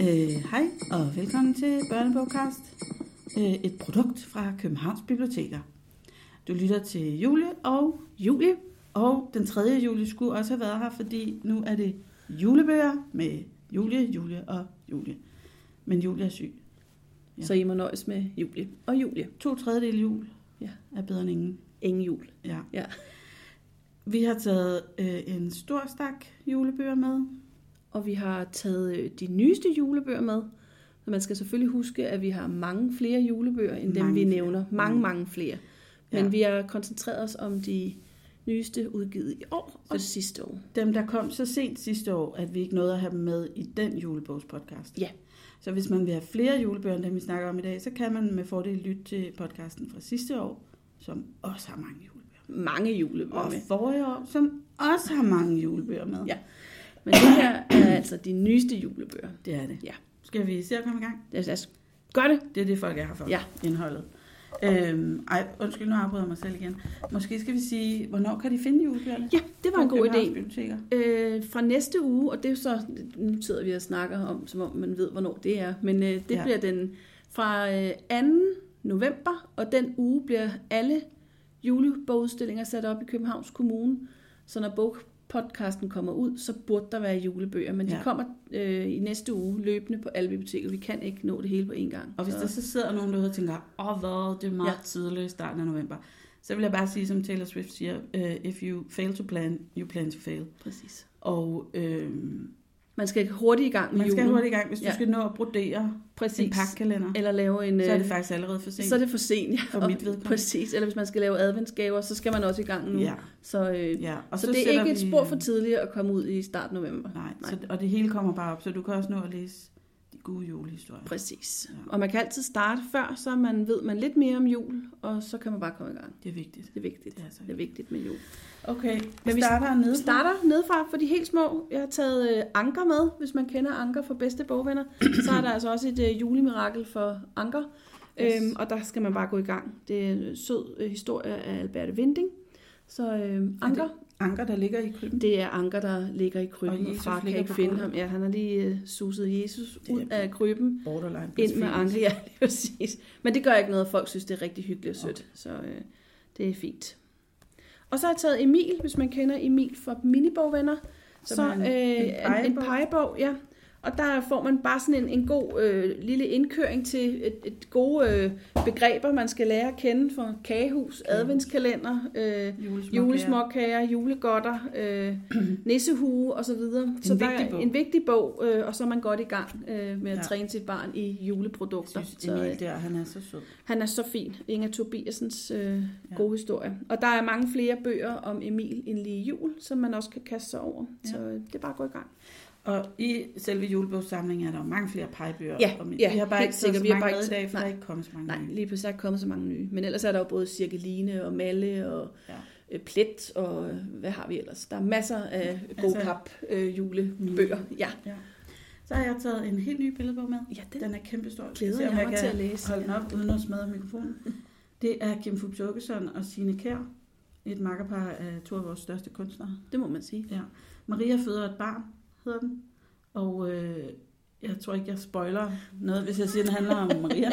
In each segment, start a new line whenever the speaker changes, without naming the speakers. Øh, Hej og velkommen til Børnebogkast, øh, et produkt fra Københavns Biblioteker. Du lytter til Julie og Julie, og den 3. juli skulle også have været her, fordi nu er det julebøger med Julie, Julie og Julie. Men Julie er syg. Ja.
Så I må nøjes med Julie og Julie.
To tredjedel jul
Ja.
er bedre end ingen.
Ingen jul.
Ja.
Ja.
Vi har taget øh, en stor stak julebøger med.
Og vi har taget øh, de nyeste julebøger med. Så man skal selvfølgelig huske, at vi har mange flere julebøger, end dem
Mange
vi
flere.
nævner. Mange, Mm. mange flere. Men
Ja.
vi har koncentreret os om de nyeste udgivet i år og
Så-
sidste år.
Dem, der kom så sent sidste år, at vi ikke nåede at have dem med i den julebogspodcast.
Ja.
Så hvis man vil have flere julebøger, end dem vi snakker om i dag, så kan man med fordel lytte til podcasten fra sidste år, som også har mange julebøger.
Mange julebøger
Og
med.
forrige år, som også har mange julebøger med.
Ja. Men det her er altså de nyeste julebøger.
Det er det.
Ja.
Skal vi se at komme i gang?
Lad os- lad os gøre det.
Det er det, folk er her for.
Ja.
Indholdet. Øhm, ej, undskyld, nu afbryder jeg mig selv igen. Måske skal vi sige, hvornår kan de finde julebøgerne?
Ja, det var en
På
god idé.
Københavns Biblioteker.
Øh, fra næste uge, og det er jo så, nu sidder vi og snakker om, som om man ved, hvornår det er, men øh, det
Ja.
ja. bliver den fra øh, 2. november, og den uge bliver alle julebogudstillinger sat op i Københavns Kommune, så når bogpodcasten kommer ud, så burde der være julebøger, men ja.
Ja.
de kommer øh, i næste uge løbende på alle biblioteker. Vi kan ikke nå det hele på én gang.
Og hvis
så,
der så sidder nogen derude og tænker, åh oh, hvad, det er meget ja.
Ja.
tidligt i starten af november, så vil jeg bare sige, som Taylor Swift siger, øh, if you fail to plan, you plan to fail.
præcis.
Og øh,
Man skal hurtigt i gang med
man skal
julen.
hurtigt i gang, hvis du ja.
Ja.
skal nå at brodere
præcis.
sin pakkalender.
Eller lave en...
Så er
øh,
det faktisk allerede for sent.
så er det for sent. Ja.
For
Og-
mit vedkommende.
Præcis, eller hvis man skal lave adventsgaver, så skal man også i gang nu.
Ja,
Så, øh,
ja.
og så, så det er
sætter
ikke et
vi-
spor for tidligt at komme ud i starten af november.
Nej,
Nej.
Så, og det hele kommer bare op, så du kan også nå at læse de gode julehistorier.
Præcis.
Ja.
Og man kan altid starte før, så man ved man lidt mere om jul, og så kan man bare komme i gang.
Det er vigtigt.
Det er vigtigt.
Det er så
Det er vigtigt med jul.
Okay,
Men
vi
vi
starter nede.
Vi starter nedefra for de helt små. Jeg har taget øh, Anker med, hvis man kender Anker fra bedste bogvenner. Så er der altså også et øh, julemirakel for Anker.
Yes.
Yes. Øhm, og der skal man bare gå i gang. Det er en sød øh, historie af Alberte Vinding. Så øh, Anker,
Anker, der ligger i krybben.
Det er Anker, der ligger i krybben,
Og
og,
Jesus
og far kan
ligger
ikke
på
finde
gulvet.
ham. Ja, han har lige uh, suset Jesus
er
ud af krybben,
Borderline.
ind med Anker. Ja, lige præcis. Men det gør ikke noget, folk synes, det er rigtig hyggeligt og sødt. Okay. Så øh, det er fint. Og så har jeg taget Emil, hvis man kender Emil fra Minibogvenner.
Som
Så
er en-
en, øh, en,
en
en
pegebog.
pegebog, ja. Og der får man bare sådan en, en god øh, lille indkøring til et, et gode øh, begreber, man skal lære at kende for kagehus, adventskalender, øh,
Julesmåkager.
julesmåkager, julegodter, øh, nissehue osv. Så, videre. så der
vigtig
er
bog.
en vigtig bog, øh, og så er man godt i gang øh, med at
Ja.
ja. træne sit barn i juleprodukter.
Jeg synes,
så, øh,
Emil der, han er så sød.
han er så fin, Inger Tobiasens øh, gode historie. Og der er mange flere bøger om Emil end lige jul, som man også kan kaste sig over.
Ja.
Ja. Så øh, det er bare at gå i gang.
Og i selve julebogssamlingen er der jo mange flere pegebøger.
Ja,
og
ja,
vi har bare
helt
ikke taget
sikkert.
så
Vi har
mange
bare
med i
ikke-
dag, for der er
nej.
ikke kommet så mange
Nej,
med.
lige pludselig er der kommet så mange nye. Men ellers er der jo både Cirkeline og Malle og
Ja.
øh, Plet og øh, hvad har vi ellers? Der er masser af
Altså-
gode kap øh, julebøger. Ja.
Så har jeg taget en helt ny billedbog med.
ja, den
Den er kæmpestor. Vi
glæder
ser, om
jeg mig
kan
til at læse.
Hold den op, uden at smadre mikrofonen. Det er Kim Fupz Åkesson og Signe Kær. Et makkerpar af to af vores største kunstnere.
Det må man sige.
Maria føder et barn, hedder den. Og øh, jeg tror ikke, jeg spoiler noget, hvis jeg siger, den handler om Maria.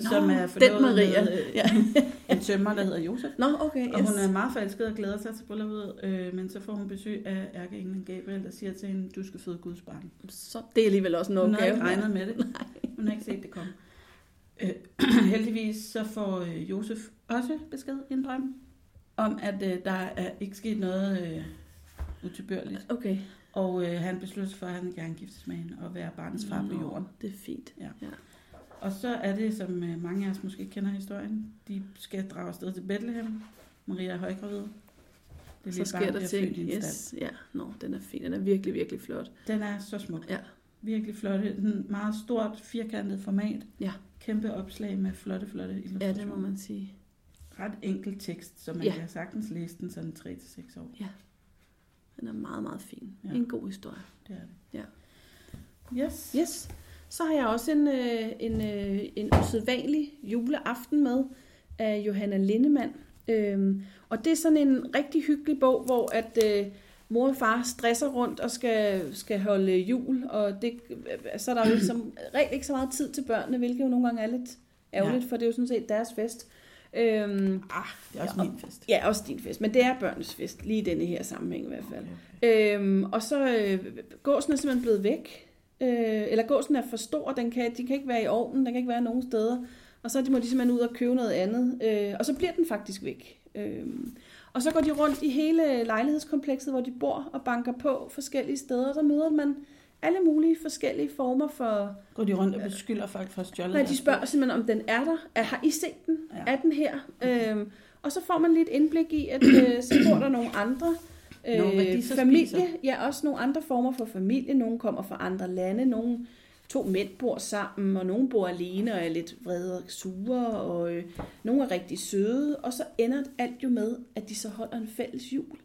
som er forlovet
den Maria.
med øh,
Ja.
en tømmer, der hedder Josef.
Nå, okay.
Og
Yes.
hun er meget forelsket og glæder sig til bryllupet, øh, men så får hun besøg af ærkeenglen Gabriel, der siger til hende, du skal føde Guds barn.
Så det er alligevel også en
Hun har
opgave.
ikke regnet med det. Hun har ikke set det komme. Øh, heldigvis så får øh, Josef også besked i en drøm, om at øh, der er ikke sket noget øh, utilbørligt.
Okay.
Og øh, han beslutter sig for, at han gerne giftes med hende og være barnets far på
Nå,
jorden.
Det er fint.
Og så er det, som øh, mange af os måske kender historien, de skal drage afsted til Bethlehem. Maria er højgravid. Det
Så
lille
sker
barn
der
bliver
ting.
født i en stald.
Yes. Ja, no, den er fin. Den er virkelig, virkelig flot.
Den er så smuk.
Ja.
Virkelig flot. Den meget stort, firkantet format.
Ja.
Kæmpe opslag med flotte, flotte
Ja,
illustrationer.
det må man sige.
Ret enkel tekst, så man ja.
Ja.
kan sagtens læse den sådan 3-6 år.
Den er meget, meget fin.
Ja.
Ja. En god historie.
Det er det.
Ja.
Yes.
Yes. Så har jeg også en, øh, en, øh, en usædvanlig juleaften med af Johanna Lindemann. Øhm, og det er sådan en rigtig hyggelig bog, hvor at, øh, mor og far stresser rundt og skal, skal holde jul, og det, øh, så er der jo ligesom, regel ikke så meget tid til børnene, hvilket jo nogle gange er lidt ærgerligt, ja. for det er jo sådan set deres fest. Øhm,
Ah, det er også
Ja,
min fest.
ja, også din fest, men det er børnenes fest, lige i denne her sammenhæng i hvert fald.
Okay.
Øhm, og så øh, gåsen er simpelthen blevet væk. Øh, eller gåsen er for stor, den kan, de kan ikke være i ovnen, den kan ikke være nogen steder. Og så må de simpelthen ud og købe noget andet. Øh, og så bliver den faktisk væk. Øh, og så går de rundt i hele lejlighedskomplekset, hvor de bor, og banker på forskellige steder. Der møder man alle mulige forskellige former for...
Går de rundt og beskylder folk for at stjåle?
Nej, de
deres
spørger simpelthen, om den er der. Er, har I set den?
Ja. Mhm.
Ja. Er den her? Øhm, og så får man lidt indblik i, at øh, så bor der nogle andre øh,
Nå, hvad de så
familie.
spiser.
Ja, også nogle andre former for familie. Nogle kommer fra andre lande. Nogle to mænd bor sammen, og nogle bor alene og er lidt vrede og sure, og øh, nogle er rigtig søde. Og så ender alt jo med, at de så holder en fælles jul.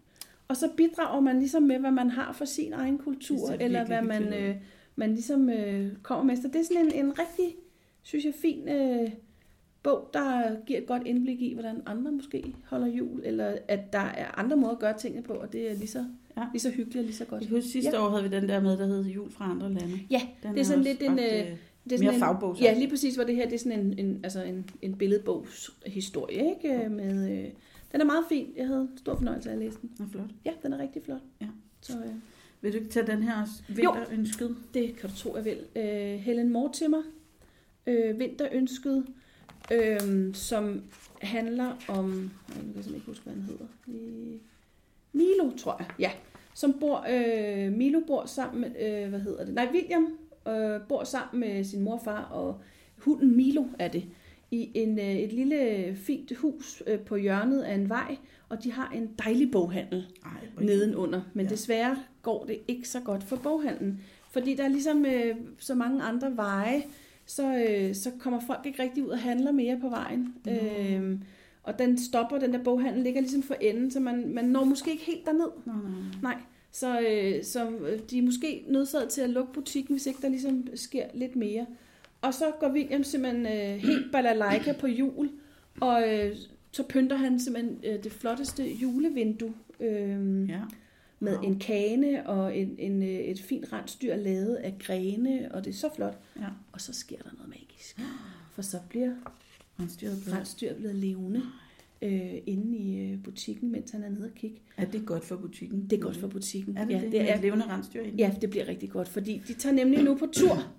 Og så bidrager man ligesom med, hvad man har for sin egen
Det
kultur,
ser
eller
virkelig
hvad man,
hyggeligt ud.
øh, man ligesom øh, kommer med. Så det er sådan en, en rigtig, synes jeg, fin øh, bog, der giver et godt indblik i, hvordan andre måske holder jul, eller at der er andre måder at gøre tingene på, og det er lige så,
Ja.
ja. lige så hyggeligt og lige så godt.
Jeg kan huske, sidste år havde vi den der med, der hed Jul fra andre lande.
Ja,
Den
Det er sådan
også
lidt en,
ret, øh,
det er
mere
sådan en,
fagbog, så.
Ja, lige præcis, hvor det her det er sådan en, en, altså en, en billedbogshistorie, ikke? Øh, Med, øh, den er meget fin. Jeg havde stor fornøjelse af at læse den.
Nå, flot.
Ja, den er rigtig flot.
Ja.
Så, øh,
Vil du ikke tage den her også? Vinterønsket?
Det kan du tro, jeg vil. Øh, Helen Mortimer, øh, Vinterønsket, øh, som handler om... Ej, nu kan jeg simpelthen ikke huske, hvad han hedder. Øh, Milo, tror jeg. Ja, som bor... Øh, Milo bor sammen med... Øh, hvad hedder det? Nej, William øh, bor sammen med sin mor og far, og hunden Milo er det, i en, øh, et lille fint hus øh, på hjørnet af en vej, og de har en dejlig boghandel
Nej,
nedenunder. Men
Ja.
ja. desværre går det ikke så godt for boghandlen. Fordi der er ligesom øh, så mange andre veje, så, øh, så kommer folk ikke rigtig ud og handler mere på vejen.
Nå.
Øh, og den stopper, den der boghandel ligger ligesom for enden, så man, man når måske ikke helt derned.
Nå, nej.
Nej, så, øh, så øh, de er måske nødsaget til at lukke butikken, hvis ikke der ligesom sker lidt mere. Og så går William simpelthen øh, helt balalaika på jul, og øh, så pynter han simpelthen øh, det flotteste julevindue øh, ja.
Ja.
med
Wow.
en kane og en, en, øh, et fint rensdyr lavet af grene, og det er så flot.
Ja.
Og så sker der noget magisk, for så bliver
Han styrer på.
rensdyret blevet levende øh, inde i øh, butikken, mens han er nede og kigge.
Er det godt for butikken?
Det er godt for butikken.
Er det
ja,
det?
det
Med
er
et levende rensdyr inde?
Ja, det bliver rigtig godt, fordi de tager nemlig nu på tur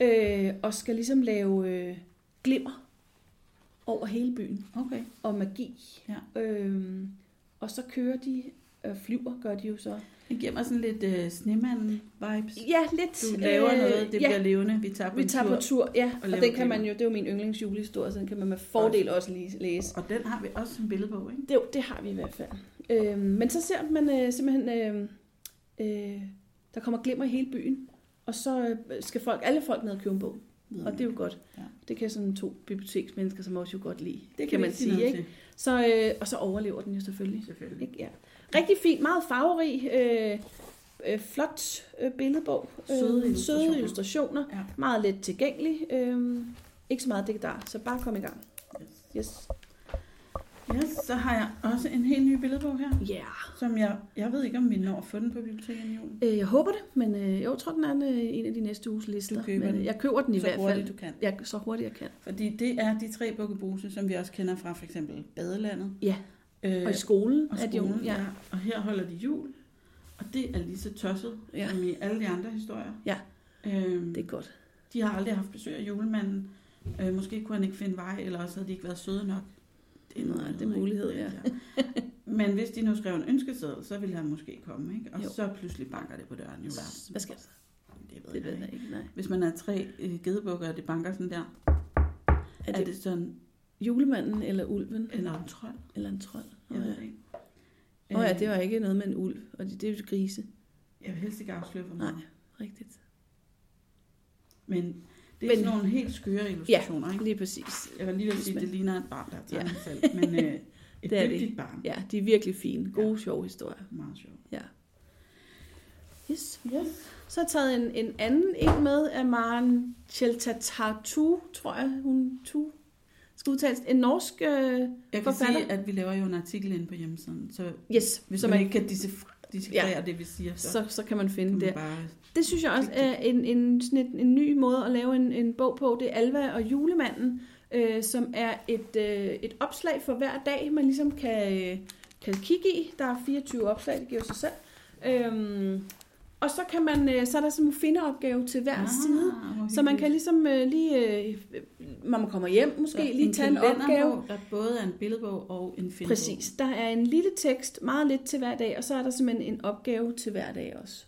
øh, og skal ligesom lave øh, glimmer over hele byen
Okay.
og magi.
Ja.
Øh, og så kører de, øh, flyver gør de jo så.
Det giver mig sådan lidt øh, snemanden-vibes.
Ja, lidt.
Du laver øh, noget, det
ja,
bliver levende. Vi tager på
vi
en
tager
tur.
på tur, ja. Og,
laver
og det kan man
glimmer.
jo, det er jo min yndlingsjulehistorie, så den kan man med fordel også lige læse.
Og den har vi også som billedbog, ikke?
Det, jo, det har vi i hvert fald. Øhm, men så ser man øh, simpelthen, øh, øh, der kommer glimmer i hele byen, og så øh, skal folk, alle folk ned og købe en bog. Og det er jo godt.
Ja.
Ja. Det kan sådan to biblioteksmennesker som også jo godt lide. Det
vi
kan, kan man
ikke noget
sige, ikke?
til,
Så, øh, og så overlever den jo selvfølgelig.
Selvfølgelig.
Ikke? Ja. Rigtig fint, meget farverig, øh, øh, flot øh, billedbog.
Søde illustrationer.
søde illustrationer.
Ja.
Ja. Meget let tilgængelig. Øh, ikke så meget digtar, så bare kom i gang.
Yes.
Yes.
Yes, så har jeg også en helt ny billedbog her,
Yeah.
som jeg, jeg ved ikke, om vi når at få den på biblioteket i jul.
Øh, jeg håber det, men øh, jeg tror, den er en, øh, en af de næste uges lister.
køber
men, øh,
den.
Jeg køber den i
så
hvert
hurtigt
fald.
du kan.
Jeg, så hurtigt jeg kan.
Fordi det er de tre bukkebuse, som vi også kender fra for eksempel Badelandet.
Ja.
Øh,
Og i skolen,
og
er det jo...
skolen,
Ja.
ja. Og her holder de jul, og det er lige så tosset ja.
Ja.
som i alle de andre historier.
Ja.
Øhm,
Det er godt.
De har aldrig haft besøg af julemanden. Øh, måske kunne han ikke finde vej, eller også havde de ikke været søde nok.
Nej, det er
andet,
mulighed,
ikke?
ja.
Men hvis de nu skrev en ønskeseddel, så ville han måske komme, ikke? Og jo.
Jo.
så pludselig banker det på døren juleaften.
Hvad sker der?
Det ved
Det ved
jeg
jeg
ikke.
ikke, nej.
Hvis man er tre øh, gedebukker, og det banker sådan der,
Er det,
er det sådan,
julemanden eller ulven?
eller en trold?
Eller en trold?
Jeg
Åh
ved
ja.
det ikke.
Åh ja,
Øh,
det var ikke noget med en ulv, og det, det er jo grise.
Jeg vil helst ikke afsløre for
Nej,
meget.
rigtigt.
Men det er
Men-
sådan nogle helt skøre illustrationer, ikke?
Lige præcis.
Jeg vil lige vil sige, at det ligner et barn, der har tegnet ja. selv, men øh, et
Det er det.
dygtigt barn.
Ja, de er virkelig fine. Gode, sjove historier.
Meget sjovt.
Ja. Yes.
Yes.
Så har jeg taget en, en anden en med af Maren Cheltatatu, tror jeg, hun tu. Skal udtales. En norsk... Øh,
Jeg kan
Forfatter.
sige, at vi laver jo en artikel inde på hjemmesiden, så
yes,
hvis
som
man
er,
ikke kan disse diskrerer ja. det, vi siger. Så, så
så, så kan man finde
kan
det.
man bare...
Det synes jeg også er en, en, sådan en, en ny måde at lave en, en bog på. Det er Alva og julemanden, øh, som er et, øh, et opslag for hver dag, man ligesom kan, øh, kan kigge i. Der er 24 opslag, det giver sig selv. Øhm, og så, kan man, øh, så er der sådan en finderopgave til hver ah, side,
hvor
så man
hyggeligt.
kan ligesom øh, lige, øh, når man kommer hjem måske,
Så
lige tage en opgave.
kalenderbog, Der både er en billedbog og en filmbog.
Præcis. Der er en lille tekst, meget lidt til hver dag, og så er der simpelthen en opgave til hver dag også.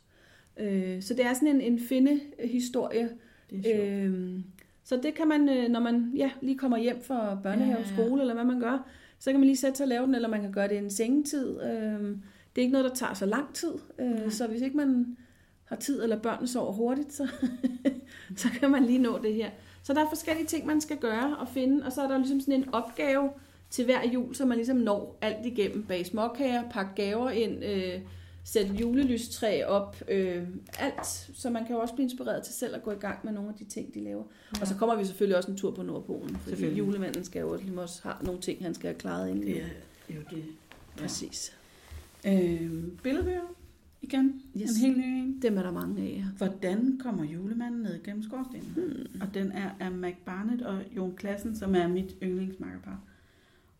Øh, så det er sådan en, en finde-historie.
Det er sjovt.
Øh, så det kan man, øh, når man ja, lige kommer hjem fra børnehave,
Ja, ja, ja.
skole eller hvad man gør, så kan man lige sætte sig og lave den, eller man kan gøre det i en sengetid. Øh, det er ikke noget, der tager så lang tid,
Nej.
øh, så hvis ikke man har tid, eller børnene sover hurtigt, så, så kan man lige nå det her. Så der er forskellige ting, man skal gøre og finde, og så er der ligesom sådan en opgave til hver jul, så man ligesom når alt igennem. Bag småkager, pakke gaver ind, øh, sætte julelystræ op, øh, alt. Så man kan jo også blive inspireret til selv at gå i gang med nogle af de ting, de laver. Ja. Øh, Og så kommer vi selvfølgelig også en tur på Nordpolen, fordi
Selvfølgelig.
julemanden skal jo også, ligesom også have nogle ting, han skal have klaret inden.
Det
Ja.
er jo det.
Præcis.
Øh, billedbøger igen. Yes.
Yes.
En helt ny en.
Dem er der mange af her.
Hvordan kommer julemanden ned gennem skorstenen?
Hmm.
Og den er af Mac Barnett og Jon Klassen, som er mit yndlingsmakkerpar.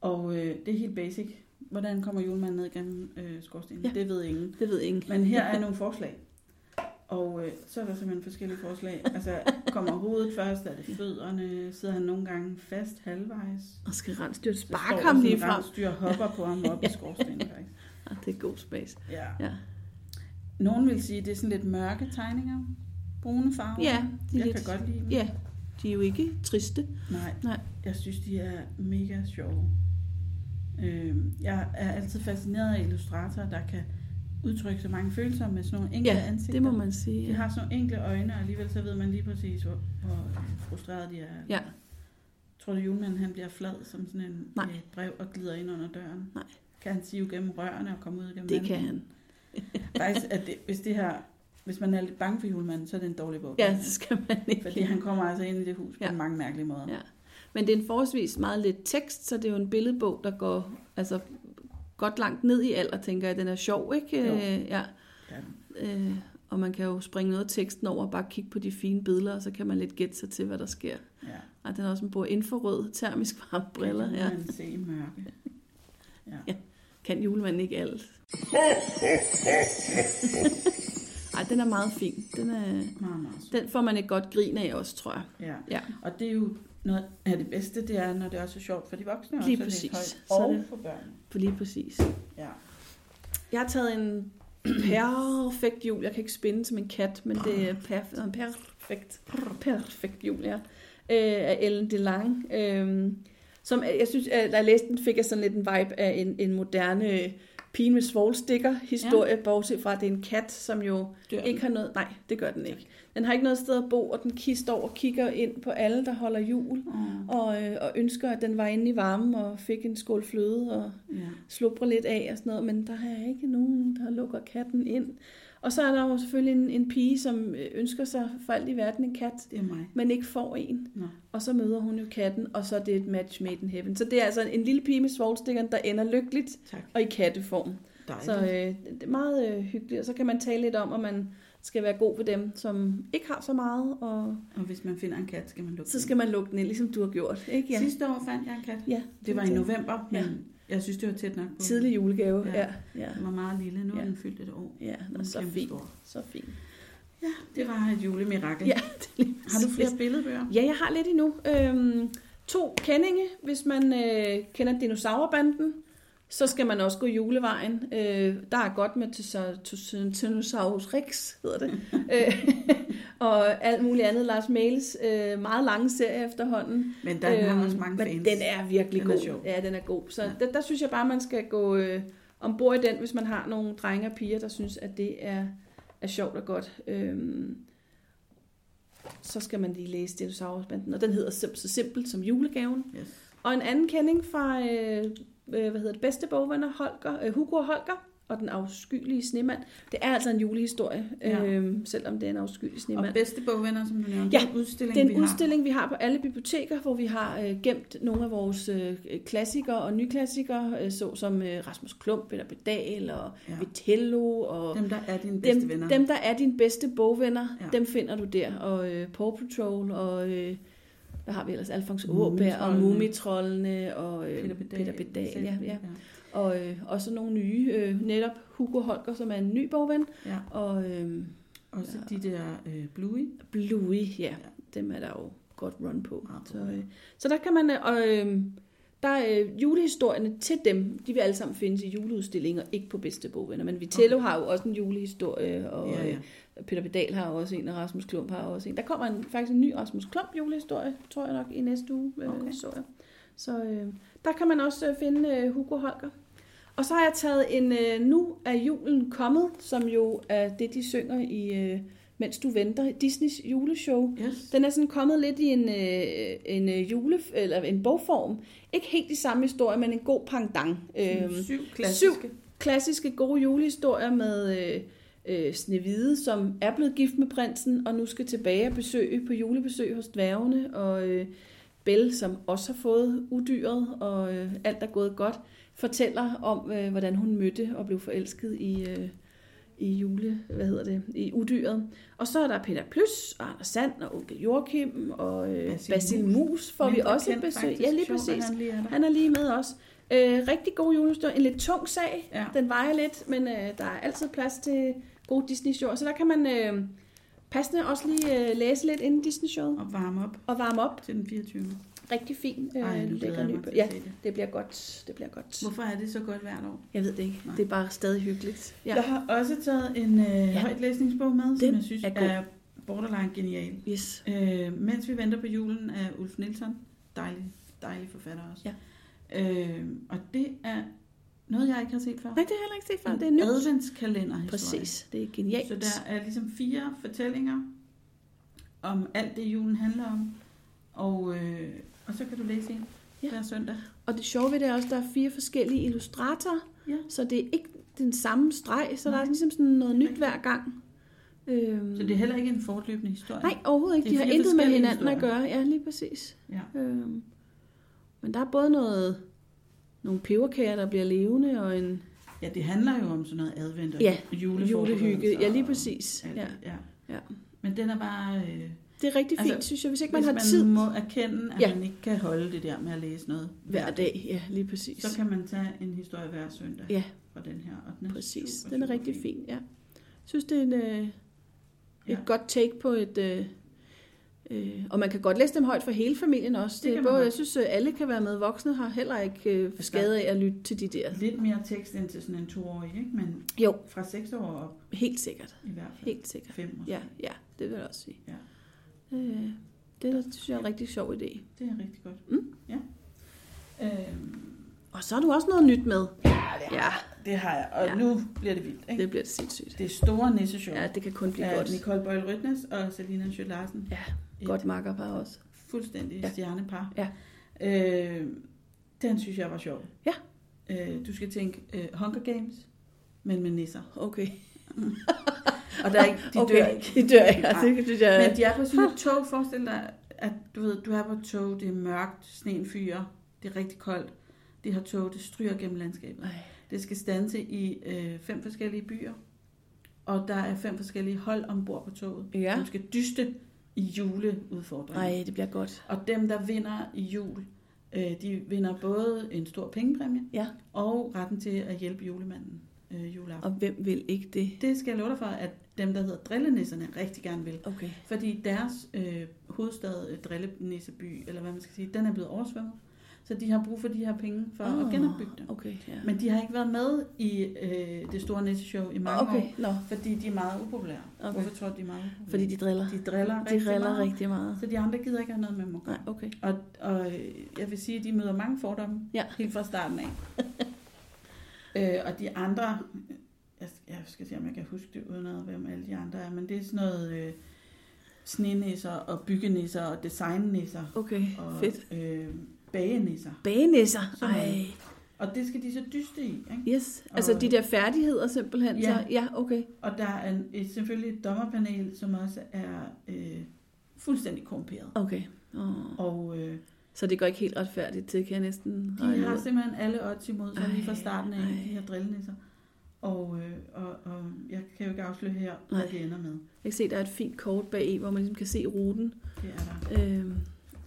Og øh, det er helt basic. Hvordan kommer julemanden ned gennem øh, skorstenen?
Ja.
Ja. Det ved ingen.
Det ved ingen.
Men her er nogle forslag. Og øh, så er der simpelthen forskellige forslag. Altså, kommer hovedet først? Er det fødderne? Sidder han nogle gange fast halvvejs?
Og skal rensdyrt
Så står
sparke
der
ham
sådan
lige
et
frem.
rensdyr og hopper på ham op i skorstenen, faktisk.
Ah, det er god space.
Ja.
Ja.
Nogen vil sige, at det er sådan lidt mørke tegninger. Brune farver.
Ja, de er
jeg
lidt...
kan godt lide dem.
Ja, de er jo ikke triste.
Nej.
Nej.
Jeg synes, de er mega sjove. Øh, jeg er altid fascineret af illustratorer, der kan udtrykke så mange følelser med sådan nogle enkle
Ja,
ansigter.
Det må man sige.
De har sådan nogle enkle øjne, og alligevel så ved man lige præcis, hvor, hvor øh, frustreret de er.
Ja.
Tror du, julemanden han bliver flad som sådan en
Nej.
øh, brev og glider ind under døren?
Nej.
Kan han sive gennem rørene og komme ud gennem
Det
vandet?
kan han.
Faktisk, at det, hvis, det her, hvis man er lidt bange for julemanden, så er det en dårlig bog.
Ja, det skal man ikke.
Fordi han kommer altså ind i det hus på
Ja.
ja. mange mærkelige måder.
Ja. Men det er en forholdsvis meget lidt tekst, så det er jo en billedbog, der går altså, godt langt ned i alder, tænker jeg. Den er sjov, ikke?
Jo.
Øh, Ja.
Ja.
Øh, og man kan jo springe noget af teksten over og bare kigge på de fine billeder, og så kan man lidt gætte sig til, hvad der sker.
ja.
Og den er også en bog infrarød, termisk varme briller.
Kan
Ja.
julemanden se i mørke. Ja.
Ja. Kan julemanden ikke alt? Ej, den er meget fin. Den, er,
Meget, meget sødt.
den får man et godt grin af også, tror jeg.
Ja.
Ja.
Og det er jo noget af det bedste, det er, når det også er sjovt for de voksne.
Lige
også, at læse
præcis.
højt.
Så er
Og
det-
for børnene.
For lige præcis.
Ja.
Jeg har taget en perfekt jul. Jeg kan ikke spinde som en kat, men det er perf- en perfekt, perfekt jul, ja. Øh, af Ellen DeLange. Øh, som øh, jeg synes, øh, da jeg læste den, fik jeg sådan lidt en vibe af en, en moderne øh, pigen med svoglstikker historie, ja. bortset fra, at det er en kat, som jo
Dør
ikke har noget... Nej, det gør den ikke. Den har ikke noget sted at bo, og den kister over og kigger ind på alle, der holder jul,
Åh,
og, øh, og ønsker, at den var inde i varmen og fik en skål fløde og
ja.
slubrer lidt af og sådan noget, men der er ikke nogen, der lukker katten ind. Og så er der jo selvfølgelig en, en pige, som øh, ønsker sig for alt i verden en kat,
Det er mig.
men ikke får en.
Nå.
Og så møder hun jo katten, og så er det et match made in heaven. Så det er altså en, en lille pige med svoglstikkeren, der ender lykkeligt
Tak.
og i katteform.
Dejligt.
Så øh, det er meget øh, hyggeligt, og så kan man tale lidt om, at man skal være god ved dem, som ikke har så meget, og
øh, Og hvis man finder en kat, skal man lukke
så skal man lukke den ind, ligesom du har gjort. Ikke?
den.
Ja.
Sidste år fandt jeg en kat.
ja.
Det var i november,
Ja.
men jeg synes, det var tæt nok på.
Tidlig julegave,
Ja.
ja. ja.
Den var meget lille. Nu er
Ja.
den fyldt et år.
Ja,
Den
ja
er
så
kæmpe
fint.
stor.
Så fint.
Ja, det var et julemirakel.
Ja, det er lige
Har du flere
præcis.
billedbøger?
Ja, jeg har lidt endnu. Øhm, to kendinge. Hvis man øh, kender Dinosaurbanden, så skal man også gå julevejen. Øh, der er godt med Tysa- Tysa- Tyrannosaurus Rex, hedder det. øh, og alt muligt andet. Lars Males øh, meget lange serie efterhånden.
Men der er
Øhm,
øh, også mange
men
fans.
Den er virkelig
Den er
god.
sjov.
ja, den er god. Så
Ja.
ja. der, der synes jeg bare, man skal gå øh, ombord i den, hvis man har nogle drenge og piger, der synes, at det er, er sjovt og godt. Øhm, så skal man lige læse Dinosaurusbanden, og den hedder sim- så simpelt som julegaven.
Yes.
Og en anden kending fra øh, øh, hvad hedder det, bedste bogvenner, Holger, øh, Hugo og Holger, og den afskyelige snemand. Det er altså en julehistorie, ja.
Ja.
øhm, selvom det er en afskyelig
Og
snemand.
bedste bogvenner, som du nævnte.
Ja,
den udstilling,
Det er
vi
en udstilling, vi har på alle biblioteker, hvor vi har øh, gemt nogle af vores øh, klassikere og nyklassikere, øh, såsom øh, Rasmus Klump, Peter Pedal og
Ja.
ja. Vitello. Og
har. Dem, der er dine bedste
dem,
venner.
dem, der er dine bedste bogvenner,
Ja.
ja. dem finder du der. Og øh, Paw Patrol og... Øh, hvad har vi ellers? Alfons Åberg og
Mumitroldene.
Mumitrollene og øh, Peter Pedal. Ja, ja. Og øh, også nogle nye, øh, netop Hugo Holger, som er en ny bogven,
ja.
og øh,
Også
Ja.
de der øh, Bluey.
Bluey, ja,
Ja. Ah,
ja, dem er der jo godt run på.
Meget
Så,
populære.
øh, så der kan man, øh, og øh, der er øh, julehistorierne til dem, de vil alle sammen findes i juleudstillinger, ikke på bedste bogvenner, men Vitello okay. har jo også en julehistorie, og
ja, ja.
øh, Peter Pedal har også en, og Rasmus Klump har også en. Der kommer en, faktisk en ny Rasmus Klump julehistorie, tror jeg nok, i næste uge, øh,
Okay.
okay. så jeg. Så øh, der kan man også øh, finde øh, Hugo Holger. Og så har jeg taget en øh, Nu er julen kommet, som jo er det, de synger i øh, Mens du venter, Disneys juleshow.
Yes.
Den er sådan kommet lidt i en, øh, en øh, jule, eller en bogform. Ikke helt de samme historie, men en god pangdang.
Øhm,
Øhm,
syv klassiske. Syv.
klassiske gode julehistorier med øh, øh, Snevide, som er blevet gift med prinsen, og nu skal tilbage og besøge på julebesøg hos dværgene, og øh, Belle, som også har fået udyret, og øh, alt er gået godt, fortæller om, øh, hvordan hun mødte og blev forelsket i... Øh, i jule, hvad hedder det, i udyret. Og så er der Peter Plys, og Anders Sand, og onkel Joachim, og øh,
Basil
Basil, Mus får vi
Mindre
også et
kendt
besøg.
faktisk.
Ja, lige
Sjovt, at
præcis.
Han lige er der.
Han er lige med os. Øh, rigtig god julehistorie. En lidt tung sag.
Ja.
Den vejer lidt, men øh, der er altid plads til gode Disney-show. Så der kan man øh, passende også lige øh, læse lidt inden Disney-showet
Og varme op
og varme op.
til den 24.
Rigtig fin.
Ej, nu
lækker
glæder jeg
ny
mig
bø-
til
Ja,
at se det.
det bliver godt. Det bliver godt.
Hvorfor er det så godt hvert år?
Jeg ved det ikke.
Nej.
Det er bare stadig hyggeligt.
Ja.
Ja.
Jeg har også taget en øh, ja.
Ja.
højtlæsningsbog med, som
Den
jeg synes
er
er,
god.
er borderline genial.
Yes.
Øh, mens vi venter på julen af Ulf Nielsen, dejlig, dejlig forfatter også.
Ja.
Øh, og det er noget, jeg ikke har set før.
Nej, det har jeg heller ikke set før. Det er nyt.
adventskalender
Præcis. Det er genialt.
Så der er ligesom fire fortællinger om alt det, julen handler om. Og, øh, og så kan du læse en ja.
Ja.
hver søndag.
Og det sjove ved det er også, at der er fire forskellige illustratorer.
Ja.
Så det er ikke den samme streg, så
Nej.
der er ligesom sådan noget nyt hver gang. Øhm,
Så det er heller ikke en fortløbende historie.
Nej, overhovedet ikke.
Det
De
er
har
fire
intet med
forskellige
hinanden at gøre. Ja, lige præcis.
Ja.
Øhm, men der er både noget, nogle peberkager, der bliver levende, og en
ja, det handler jo om sådan noget advent og
Ja,
juleforberedelser
julehygge. Ja, lige
og
præcis.
alt
Ja.
det, ja.
Ja.
Men den er bare... Øh,
Det er rigtig fint,
Altså,
synes jeg, hvis ikke
hvis
man har
man
tid
må erkende, at ja.
Ja.
man ikke kan holde det der med at læse noget
hver dag. Ja, lige præcis.
så kan man tage en historie hver søndag
Ja.
fra den her. Og den er
præcis.
super,
Den er
super
rigtig fin, ja. Jeg synes, det er en, øh, et
Ja.
godt take på et... Øh, øh, og man kan godt læse dem højt for hele familien også.
Det
Det
kan
er
man
både,
godt.
jeg synes, øh, alle kan være med. Voksne har heller ikke øh, skade af at lytte til de der.
Lidt mere tekst end til sådan en toårig, ikke? men
Jo,
fra seks år op
helt sikkert.
i hvert fald.
Helt sikkert.
Fem måske.
Ja, ja, det vil jeg også sige.
Ja.
Øh, det er, synes jeg er en rigtig sjov idé.
Det er rigtig godt.
Mm.
Ja. Øhm,
Og så har du også noget nyt med.
ja, det,
Ja,
det har jeg. Og
Ja.
nu bliver det vildt. Ikke?
det bliver sindssygt.
Det store nisseshow
Ja, det kan kun blive
af
godt.
Nicole Bøjl Rytnes og Selina Sjø Larsen.
Ja,
Et
Godt makkerpar også.
Fuldstændig ja.
Ja.
stjernepar.
Ja.
Øh, den synes jeg var sjov.
Ja.
Øh, du skal tænke øh, Hunger Games, men med nisser.
Okay.
Og der er ikke, de okay. dør ikke.
De dør ikke. Altså, øh, Ja,
Nej.
det synes jeg...
Men de er på sådan et tog. Forestil dig, at du, ved, du er på et tog, det er mørkt, sneen fyrer, det er rigtig koldt. Det her tog, det stryger gennem landskabet.
Ej,
Det skal stanse i øh, fem forskellige byer, og der er fem forskellige hold ombord på toget,
Ja.
som skal dyste i juleudfordringer.
Ej, det bliver godt.
Og dem, der vinder i jul, øh, de vinder både en stor pengepræmie
Ja.
og retten til at hjælpe julemanden øh, juleaften.
Og hvem vil ikke det?
Det skal jeg love dig for, at dem, der hedder drillenisserne, rigtig gerne vil.
Okay.
Fordi deres øh, hovedstad, øh, Drillenisseby, eller hvad man skal sige, den er blevet oversvømmet. Så de har brug for de her penge for oh.
Ah.
at genopbygge den.
Okay, ja.
Men de har ikke været med i øh, det store nisseshow i mange okay.
okay,
år,
nå.
fordi de er meget upopulære. Okay.
Okay.
Hvorfor tror du, de er meget upopulære?
Fordi de driller.
de driller
De
rigtig
driller
meget,
rigtig meget.
så de andre gider ikke have noget med dem at gøre.
Nej, okay.
Og, og øh, jeg vil sige, at de møder mange fordomme
Ja.
helt fra starten af. øh, og de andre, jeg, jeg skal se, om jeg kan huske det uden ad, hvem alle de andre er, men det er sådan noget øh, snenisser og byggenisser og designisser
Okay,
og
fedt.
øh, bagenisser.
Bagenæsser.
Sådan
Ej,
noget. Og det skal de så dyste i, ikke?
Yes, altså
Og-
de der færdigheder simpelthen.
Ja.
Så, ja, okay.
Og der er en, et, selvfølgelig et dommerpanel, som også er øh, fuldstændig korrumperet.
okay. Oh.
Og øh,
Så det går ikke helt retfærdigt til, kan jeg næsten
de
regne
har
ud.
simpelthen alle odds imod sig lige fra
Ej,
starten af,
ej.
de her drillenisser. Og, øh, og, og jeg kan jo ikke afsløre her, hvad
Nej.
det ender med.
Jeg kan se, der er et fint kort bag i, hvor man ligesom kan se ruten.
Det er der.
Øhm,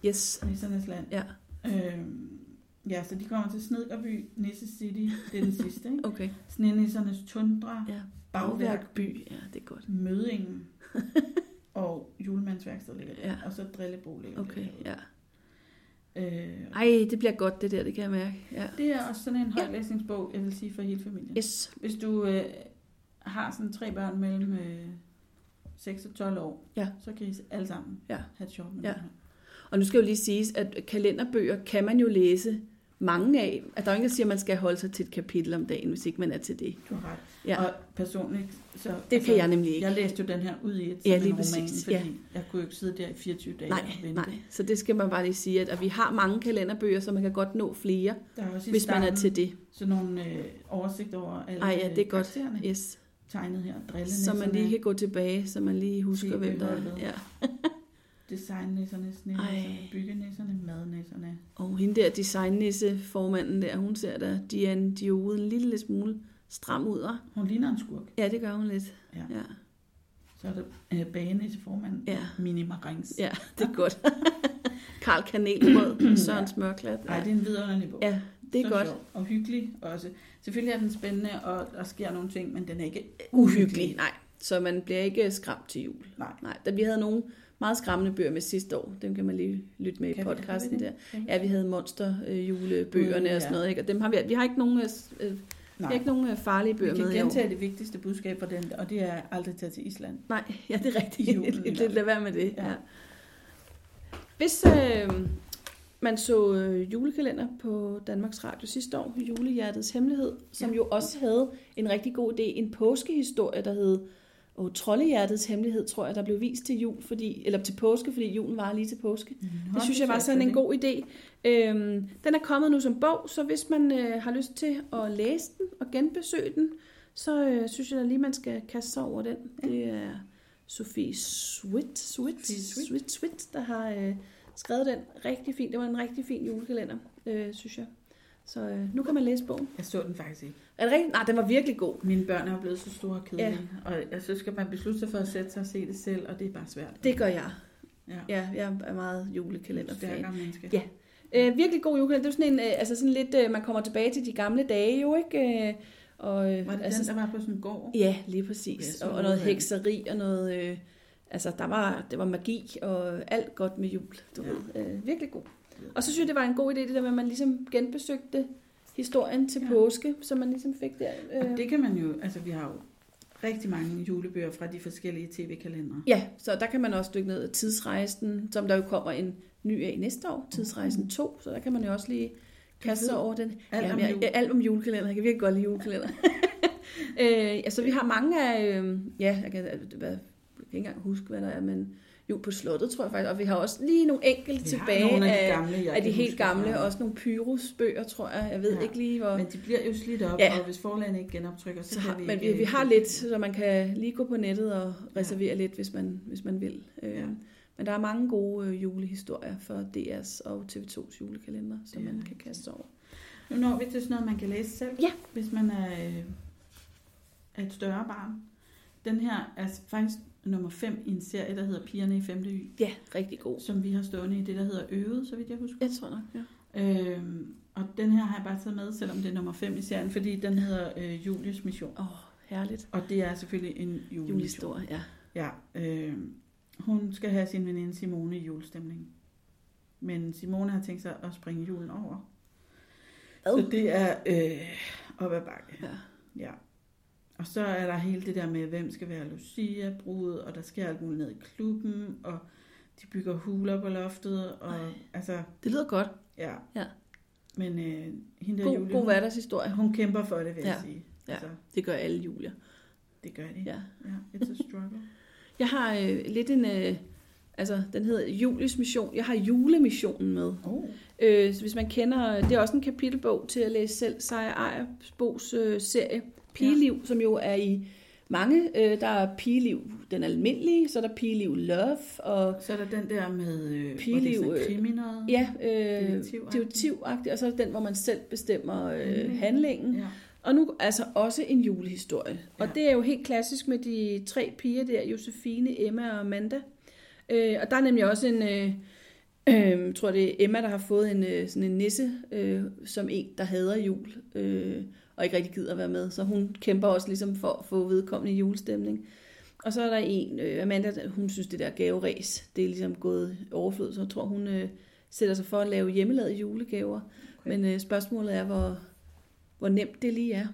yes,
Nissernes land.
Ja.
Øhm, ja, så de kommer til Snedkerby, Nisse City, det er den sidste, ikke?
okay.
Snenissernes tundra,
Ja.
bagværk,
by. Ja, det er godt.
mødingen og julemandsværksted ligger der.
Ja.
Og så Drillebro ligger
Okay,
derude.
ja.
Øh,
Ej, det bliver godt det der, det kan jeg mærke. Ja.
det er også sådan en
Ja.
højlæsningsbog, jeg vil sige, for hele familien.
Yes.
Hvis du øh, har sådan tre børn mellem øh, 6 og 12 år,
Ja.
så kan I alle sammen
Ja.
have det sjovt med
Ja.
det her.
Og nu skal jo lige siges, at kalenderbøger kan man jo læse mange af. At der er jo ingen, der siger, at man skal holde sig til et kapitel om dagen, hvis ikke man er til det.
Du har ret.
Ja.
Og personligt, så... altså,
Det kan jeg nemlig ikke.
Jeg læste jo den her ud i et
Ja,
som
lige
en roman,
præcis,
fordi jeg kunne jo ikke sidde der i 24 dage
Nej,
og vente.
nej. Så det skal man bare lige sige, at, at vi har mange kalenderbøger, så man kan godt nå flere,
Der er også i
hvis man er
starten
til det.
sådan nogle øh, oversigt over alle
Ej, ja, det er godt.
karaktererne
Yes.
tegnet her,
Så
drillenæsserne,
man lige kan gå tilbage, så man lige husker, hvem der er.
Tilbeholdet.
Ja.
designnæsserne, snenæsserne,
Ej.
byggenæsserne, madnæsserne.
Og hende der designnisse formanden der, hun ser da Diane Diode en lille smule stram ud. hva'?
Hun ligner en skurk.
Ja, det gør hun lidt.
Ja.
ja.
Så er der øh, bagenæsseformanden,
ja.
Mini Marings.
Ja, det er godt. Karl Kanelbrød, Søren
Ja.
Smørklat.
Ej, det er en vidunderlig bog.
Ja, det er
så
godt.
Sjov og hyggelig også. Selvfølgelig er den spændende, og der sker nogle ting, men den er ikke
Uhyggelig, nej. Så man bliver ikke skræmt til jul.
Nej.
Nej, da vi havde nogle meget skræmmende bøger med sidste år. Dem kan man lige lytte med
Kan
i
vi- har vi
podcasten
det?
der. Ja, vi havde monster øh, julebøgerne
Uh,
og sådan
ja.
noget, ikke? Og dem har vi, vi har ikke nogen, øh, s- øh, vi har
Nej.
ikke nogen øh, farlige
Vi
bøger
kan
med i år.
gentage det vigtigste budskab for den, og det er aldrig tage til Island.
Nej, ja, det er
I
rigtigt.
julen,
Julen,
ja.
det, lad være med det.
Ja.
Ja. Ja. Hvis øh, man så øh, julekalender på Danmarks Radio sidste år, Julehjertets Hemmelighed, som
Ja.
jo også havde en rigtig god idé, en påskehistorie, der hed og Troldehjertets Hemmelighed, tror jeg, der blev vist til jul, fordi, eller til påske, fordi julen var lige til påske.
Nå,
Det synes jeg var
sjovt,
sådan en
ikke?
god idé. Øhm, den er kommet nu som bog, så hvis man øh, har lyst til at læse den og genbesøge den, så øh, synes jeg da lige, man skal kaste sig over den.
Ja.
Det er Sofie Swit, Swit,
Sofie Swit.
Swit, Swit der har øh, skrevet den rigtig fint. Det var en rigtig fin julekalender, øh, synes jeg. Så øh, nu kan man læse bogen.
Jeg så den faktisk ikke.
Er det rigtigt? Nej, den var virkelig god.
Mine børn er jo blevet så store og kedelige, ja. og jeg synes, skal man beslutte sig for at sætte sig og se det selv, og det er bare svært.
Det gør jeg.
Ja.
Ja, jeg er meget julekalender.
Stærkere menneske.
Ja. Øh, virkelig god julekalender. Det er jo sådan en, øh, altså sådan lidt, øh, man kommer tilbage til de gamle dage jo, ikke? Øh, og, øh,
Var det
altså,
den, der var på sådan en gård?
Ja, lige
Ja,
præcis.
sådan
Og, og
noget
noget
af det.
hekseri og noget... Øh, altså, der var, det var magi og alt godt med jul, du
Ja.
ja. ved. Øh, virkelig god. Og så synes jeg, det var en god idé, det der med, at man ligesom genbesøgte historien til
Ja.
ja. påske, som man ligesom fik der.
Og
Øh.
det kan man jo, altså vi har jo rigtig mange julebøger fra de forskellige tv-kalendere.
Ja, så der kan man også dykke ned i tidsrejsen, som der jo kommer en ny af næste år, tidsrejsen 2, så der kan man jo også lige kaste sig over den.
Alt om
Jamen, jeg-
jul.
jeg- alt om julekalender. Jeg kan virkelig godt lide julekalender. øh, altså, vi har mange af... Øh, ja, jeg kan, hvad, jeg kan ikke engang huske, hvad der er, men jul på slottet, tror jeg faktisk. Og vi har også lige nogle enkelte
Vi har
tilbage
nogle af
af,
de gamle, jeg
af de
kan
helt
huske
gamle.
fra.
Også nogle pyrusbøger, tror jeg. Jeg ved
Ja.
ja. ikke lige, hvor...
Men de bliver jo slidt op, ja.
Ja.
og hvis forlagene ikke genoptrykker, så,
Så har,
kan vi
men vi,
ikke-
vi har lidt, så man kan lige gå på nettet og reservere ja. lidt, hvis man, hvis man vil. Øh,
Ja.
Men der er mange gode øh, julehistorier for DR's og TV2's julekalender, som
Det er
man kan
rigtigt.
kaste sig over.
Nu når vi til sådan noget, man kan læse selv,
Ja.
hvis man er, øh, er et større barn. Den her er faktisk nummer 5 i en serie, der hedder Pigerne i 5. Y,
Ja, rigtig god.
som vi har stående i det, der hedder Øvet, så vidt jeg husker.
Jeg tror nok, ja.
Øhm, og den her har jeg bare taget med, selvom det er nummer 5 i serien, fordi den hedder øh, Julies Mission.
Åh, oh, herligt.
Og det er selvfølgelig en julemission.
Julehistorie, ja.
Ja, øh, hun skal have sin veninde Simone i julestemning. Men Simone har tænkt sig at springe julen over. Så det er øh, op ad bakke.
Ja.
Ja. Og så er der hele det der med, hvem skal være Lucia, brud, og der sker alt muligt ned i klubben, og de bygger huler på loftet, og Ej.
Ej.
altså,
Det lyder godt.
ja.
Ja.
Men øh, hende der
God,
Julie,
god
hun-
hverdagshistorie.
hun kæmper for det, vil ja. jeg
Ja.
sige.
Ja.
Altså,
Det gør alle julier.
det gør de.
Ja.
ja. It's a struggle.
Jeg har øh, lidt en, øh, Altså, den hedder Julies Mission. Jeg har julemissionen med.
Oh.
Øh, så hvis man kender, det er også en kapitelbog til at læse selv, Seja Ejersbos øh, serie Pigeliv, ja. som jo er i mange. Øh, der er Pigeliv den almindelige, så er der Pigeliv Love, og
Så er der den der med øh,
Pigeliv,
Pigeliv, hvor det er
øh,
sådan krimi noget.
ja, øh,
Detektivagtigt.
detektivagtigt, og så er der den, hvor man selv bestemmer øh,
Handlingen.
handlingen.
ja.
Og nu altså også en julehistorie. Og
Ja.
det er jo helt klassisk med de tre piger der, Josefine, Emma og Amanda. Øh, og der er nemlig også en, øh, øh, tror det er Emma, der har fået en øh, sådan en nisse, øh, som en, der hader jul, øh, og ikke rigtig gider være med. Så hun kæmper også ligesom for at få vedkommende julestemning. Og så er der en, øh, Amanda, der- hun synes det der gaveræs, det er ligesom gået i overflod, så jeg tror hun øh, sætter sig for at lave hjemmelavede julegaver. Okay.
Okay.
Men øh, spørgsmålet er, hvor, hvor nemt det lige er.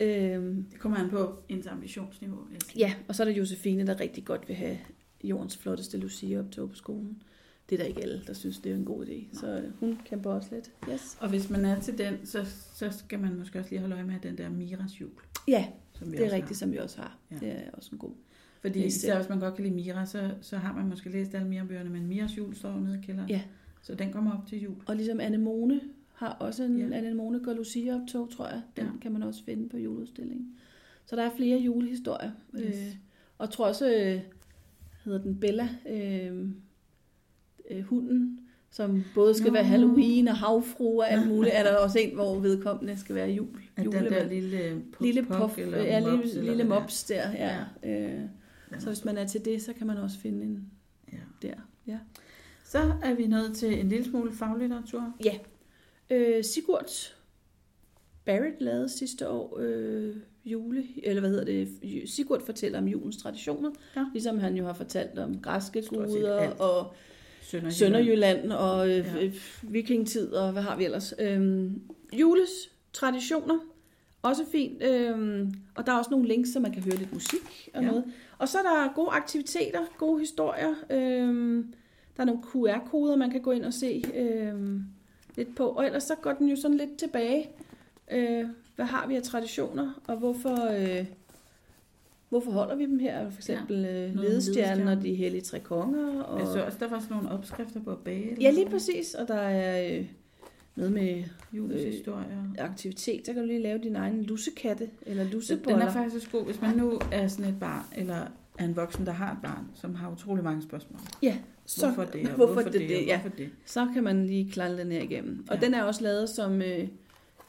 Øhm,
Det kommer an på ens ambitionsniveau. vil jeg sige.
ja, og så er der Josefine, der rigtig godt vil have jordens flotteste Lucia optog på skolen. Det er der ikke alle, der synes, det er en god idé. Så øh, hun kæmper også lidt. Yes.
Og hvis man er til den, så, så skal man måske også lige holde øje med den der Miras jul.
Ja,
Som vi
det
også
er
har.
rigtigt, som vi også har.
Ja.
Ja. Det er også en god.
Fordi
Det er
især hvis man godt kan lide Mira, så, så har man måske læst alle Mira-bøgerne, men Miras jul står jo nede i kælderen.
Ja.
Så den kommer op til jul.
Og ligesom Anemone har også en
Ja.
ja. Anemone går Lucia optog, tror jeg. Den
Ja.
ja. kan man også finde på juleudstillingen. Så der er flere julehistorier.
Yes.
Yes. Øh, og jeg tror også, øh, hedder den Bella, øh, øh, hunden, som både skal
Nå.
Nå. være Halloween og havfru og alt muligt, er der også en, hvor vedkommende skal være jul.
At den
julemand.
der lille puff,
lille
puff,
puff,
eller
ja,
mops,
lille,
eller
lille
hvad det er.
mops der. Ja. Ja. Øh,
Ja.
så hvis man er til det, så kan man også finde en
Ja.
der.
Så er vi nået til en lille smule faglitteratur.
Øh, Sigurd Barrett lavede sidste år øh, jule, eller hvad hedder det, ju- Sigurd fortæller om julens traditioner,
Ja.
ligesom han jo har fortalt om græske
set
guder
alt.
og
Sønderjylland.
Sønderjylland og øh,
Ja.
ja. vikingtid og hvad har vi ellers. Øhm, jules traditioner, også fint. Øhm, og der er også nogle links, så man kan høre lidt musik og
Ja.
ja. noget. Og så er der gode aktiviteter, gode historier. Øhm, der er nogle QR-koder, man kan gå ind og se øhm, lidt på. Og ellers så går den jo sådan lidt tilbage. Øh, hvad har vi af traditioner, og hvorfor... Øh, Hvorfor holder vi dem her? For eksempel ja,
om Altså,
ledestjernen
ledestjernen.
og de hellige tre konger. Og...
Jeg så også, der var sådan nogle opskrifter på at bage. eller
Ja, lige
sådan
præcis. Og der er øh, noget med
noget. Juleshistorier.
aktivitet. Så kan du lige lave din egen lussekatte eller lusseboller.
Den er faktisk også god, hvis man nu er sådan et barn, eller er en voksen, der har et barn, som har utrolig mange spørgsmål.
så,
hvorfor det, og
hvorfor det, det,
og
ja.
hvorfor det.
Så kan man lige klare den her igennem. Og
Ja.
ja. den er også lavet som øh,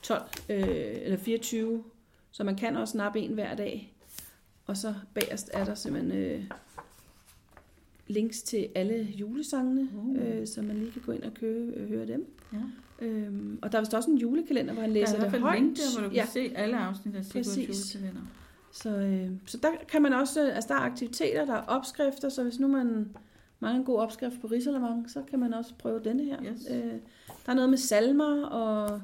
12 øh, eller 24, så man kan også nappe en hver dag. Og så bagerst er der simpelthen øh, links til alle julesangene,
Uh.
øh, så man lige kan gå ind og købe, øh, høre dem.
Ja.
Øhm, og der er vist også en julekalender, hvor han
Der er
læser
i hvert
det
fald
højt.
link der, hvor du kan
ja.
se alle afsnit af Sigurds
Præcis.
julekalender.
Så, øh, så der kan man også, øh, altså der er aktiviteter, der er opskrifter, så hvis nu man mangler en god opskrift på risalemang, så kan man også prøve denne her.
Yes.
Øh, der er noget med salmer, og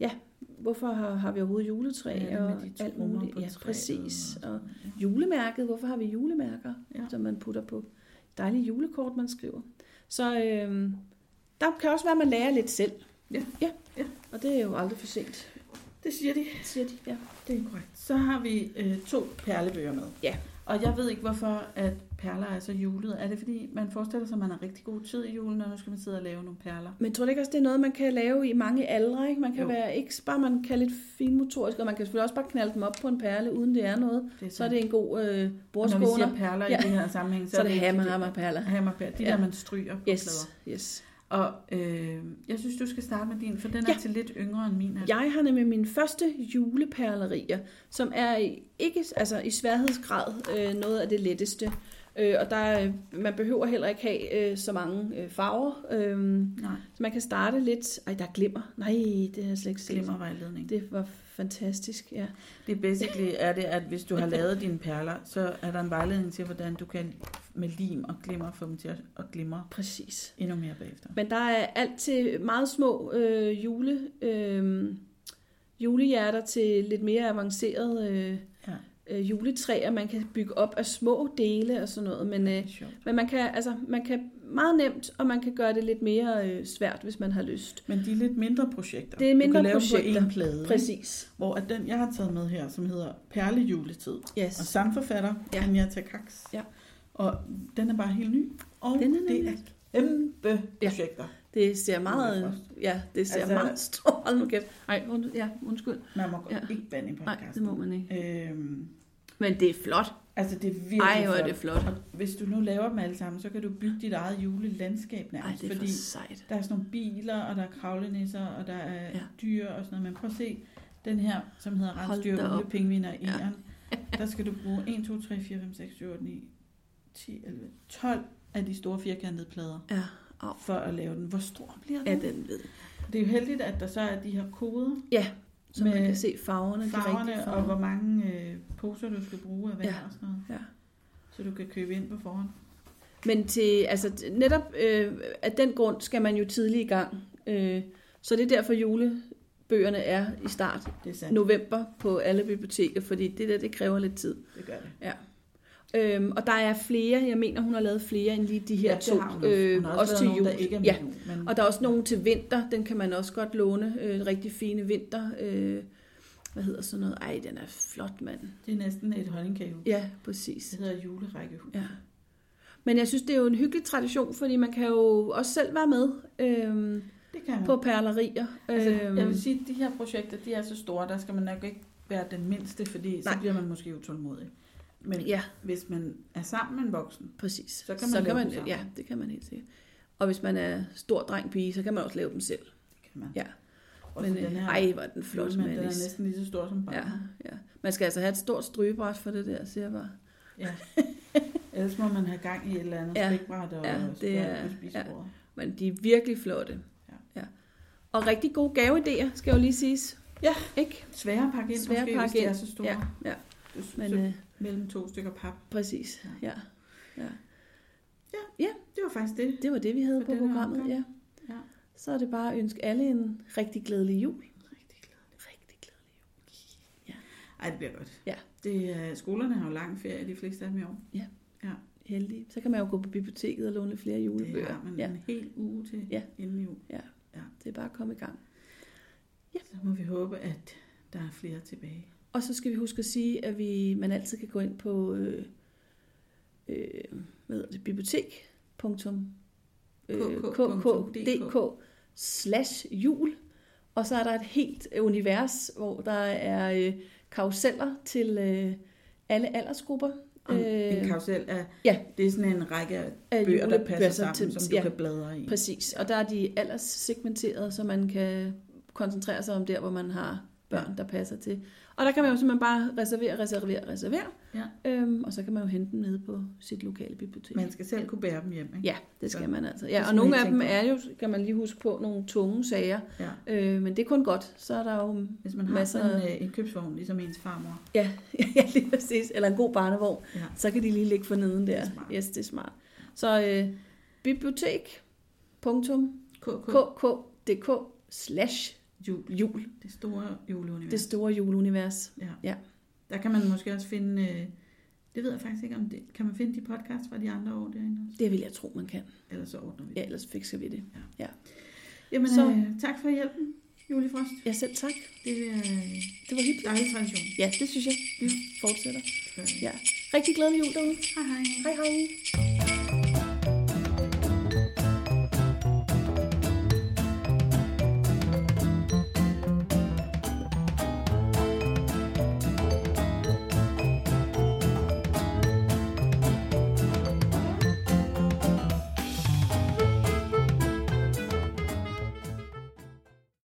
ja, hvorfor har, har vi overhovedet juletræ
Ja, det
og
med de
alt
trommer
muligt.
på
Ja,
træet
præcis.
og
Og
sådan, ja.
julemærket, hvorfor har vi julemærker,
Ja.
ja. som man putter på dejlige julekort, man skriver. Så øh, der kan også være, at man lærer lidt selv.
Ja.
ja.
Ja.
Og det er jo aldrig for sent,
Det siger de.
siger de. Ja.
Det er korrekt. Så har vi øh, to perlebøger med.
Ja.
Og jeg ved ikke, hvorfor at perler er så julet. Er det fordi, man forestiller sig, at man har rigtig god tid i julen, og nu skal man sidde og lave nogle perler?
Men tror du ikke også, det er noget, man kan lave i mange aldre? Ikke? Man kan
Jo.
jo. være ikke bare man kan lidt finmotorisk, og man kan selvfølgelig også bare knalde dem op på en perle, uden det er noget.
Det
Så er det en god øh,
Når vi siger
bordskåner.
perler ja.
Ja.
i den her sammenhæng,
Så er det hammer, hammer,
hammerperler.
perler.
Hammerperler, de
Ja.
der, man stryger på
Yes,
plader.
yes.
Og øh, jeg synes, du skal starte med din, for den er
Ja.
til lidt yngre end min. altså. Er.
Jeg har nemlig mine første juleperlerier, som er i- ikke altså i sværhedsgrad øh, noget af det letteste. Øh, og der, er- man behøver heller ikke have øh, så mange øh, farver. Øh,
Nej,
så man kan starte lidt... Ej, der er glimmer. Nej, det har jeg slet ikke set.
glemmer vejledning.
Det var fantastisk, ja.
Det basically er det, at hvis du har lavet dine perler, så er der en vejledning til, hvordan du kan med lim og glimmer få dem til at, at glimre
Præcis.
endnu mere bagefter.
Men der er alt til meget små øh, jule, øh, julehjerter til lidt mere avancerede øh,
Ja.
øh, juletræer, man kan bygge op af små dele og sådan noget. Men,
Det
øh,
er sjovt.
men man, kan, altså, man kan meget nemt, og man kan gøre det lidt mere øh, svært, hvis man har lyst.
Men de er lidt mindre projekter.
Det er mindre
du kan lave
projekter.
på én plade. ikke?
Præcis.
Hvor at den, jeg har taget med her, som hedder Perlejuletid, og
Yes.
samme forfatter,
Ja.
Anja Takaks.
Ja.
Og den er bare helt ny. og
Den er
det er
nemlig-
kæmpe
Ja.
projekter.
Det ser
Det er
meget,
først.
ja, det ser altså,
Altså-
meget stort. Hold nu kæft. Ej, und, ja, undskyld.
Man må godt
Ja.
ikke bande i
Nej,
podcasten.
det må man ikke.
Øhm,
Men det er flot.
altså det er virkelig
Ej, hvor er det flot.
Og hvis du nu laver dem alle sammen, så kan du bygge dit eget julelandskab
Ej,
nærmest.
det er for
fordi
sejt.
der er sådan nogle biler, og der er kravlenisser, og der er
Ja.
ja. dyr og sådan noget. Men prøv at se den her, som hedder
Hold
Rensdyr,
da op.
Ulepingviner i
Ja.
ja. Der skal du bruge 1, 2, 3, 4, 5, 6, 7, 8, 9, 10, 11, 12 af de store firkantede plader
Ja,
for at lave den. Hvor stor bliver den?
ja den ved.
Det er jo heldigt, at der så er de her koder,
Så man
Med
kan se farverne, de rigtige
farverne, og
farver.
hvor mange øh, poser, du skal bruge af hver
Ja.
ja. og sådan noget.
Ja.
Så du kan købe ind på forhånd.
Men til, altså, t- netop øh, af den grund skal man jo tidlig i gang. Øh, så det er derfor julebøgerne er i start
Det er sandt.
november på alle biblioteker, fordi det der, det kræver lidt tid.
Det gør det.
Øhm, og der er flere, jeg mener, hun har lavet flere end lige de her
det
to. øh,
har hun også. Hun har også, lavet nogle, der ikke er med
ja.
jul, men
Og der er også nogle til vinter, den kan man også godt låne. Øh, en rigtig fine vinter. Øh, hvad hedder sådan noget? Ej, den er flot, mand.
det er næsten et honningkagehus.
Ja,
Det
præcis.
hedder julerækkehus.
Ja. Men jeg synes, det er jo en hyggelig tradition, fordi man kan jo også selv være med øhm,
Det kan man.
på perlerier.
Altså, jeg
Øhm,
vil sige, at de her projekter, de er så store, der skal man nok ikke være den mindste, fordi så
Nej.
bliver man måske utålmodig. Men ja.
ja,
hvis man er sammen med en voksen,
præcis.
Så kan man lave dem sammen.
Ja, det kan man helt sikkert. Og hvis man er stor dreng pige, så kan man også lave dem selv.
det kan man.
Ja.
Og
Men
Men, den
øh,
her,
ej, hvor er den flot,
flot, men den er
Alice.
næsten lige så stor som barn.
Ja, ja. Man skal altså have et stort strygebræt for det der, siger jeg bare.
Ellers må man have gang i et eller andet
Ja.
ja. spækbræt og
Ja,
ja,
det
det
er-
er, på
ja.
spisebordet.
Men de er virkelig flotte.
Ja.
ja. Og rigtig gode gaveidéer, skal jo lige siges.
Ja.
Ikke?
Svære at pakke ind,
Svære
Svære
at
måske,
pakke
hvis de
ind.
er så store.
Ja, ja. Men
Men, så,
øh,
mellem to stykker pap.
præcis, ja. ja.
Det var faktisk det.
Det var det, vi havde
For
på
denne
programmet.
omgang.
Ja.
Ja.
Så er det bare at ønske alle en rigtig glædelig jul.
Rigtig glad.
Rigtig glædelig jul.
Ej, det bliver godt.
Ja.
Det, er- skolerne har jo lang ferie, de fleste af dem i år.
Heldig. Så kan man jo gå på biblioteket og låne lidt flere
Det
julebøger.
har man ja.
ja.
en hel uge til
Ja.
ja. inden jul.
det er bare at komme i gang.
Så må vi håbe, at der er flere tilbage.
Og så skal vi huske at sige, at vi, man altid kan gå ind på øh, øh, hvad hedder det, bibliotek. øh, kk.dk slash jul. Og så er der et helt univers, hvor der er øh, karuseller til øh, alle aldersgrupper.
Og en karusel er,
Øh, ja.
det er sådan en række af
af
bøger, der
julebøger
passer sammen, som du
ja,
kan bladre i.
Præcis, og der er de alderssegmenterede, så man kan koncentrere sig om der, hvor man har børn, der passer til. Og der kan man jo simpelthen bare reservere, reservere, reservere.
Ja.
Øhm, og så kan man jo hente dem nede på sit lokale bibliotek.
Man skal selv kunne bære dem hjem, ikke?
Ja, det skal
Så
man altså.
det
Ja, og
skal man
nogle
ikke
af dem
tænke
er jo, kan man lige huske på, nogle tunge sager.
Ja.
Øh, men det er kun godt, så er der jo...
Hvis man har
Masser
Masser... sådan en, øh, en købsvogn, ligesom ens farmor.
Ja, ja, lige præcis. Eller en god barnevogn.
Ja.
Så kan de lige ligge for neden der.
Det er smart.
yes, det er smart. Så øh, bibliotek. Punktum.
KK,
kk.dk slash
jul.
jul.
Det store juleunivers.
Det store juleunivers.
Ja.
Ja.
Der kan man måske også finde, øh, det ved jeg faktisk ikke om det, kan man finde de podcasts fra de andre år derinde også?
Det vil jeg tro, man kan.
Ellers så ordner vi det.
Ja, ellers fikser vi det.
Jamen,
Så-
så... øh, tak for hjælpen, Julie Frost.
Ja, selv tak.
Det er øh,
Det var hyggeligt.
dejlig tradition.
Ja, det synes jeg. Vi fortsætter.
Så, øh,
Ja. Rigtig glædelig jul derude.
Hej hej.
Hej hej.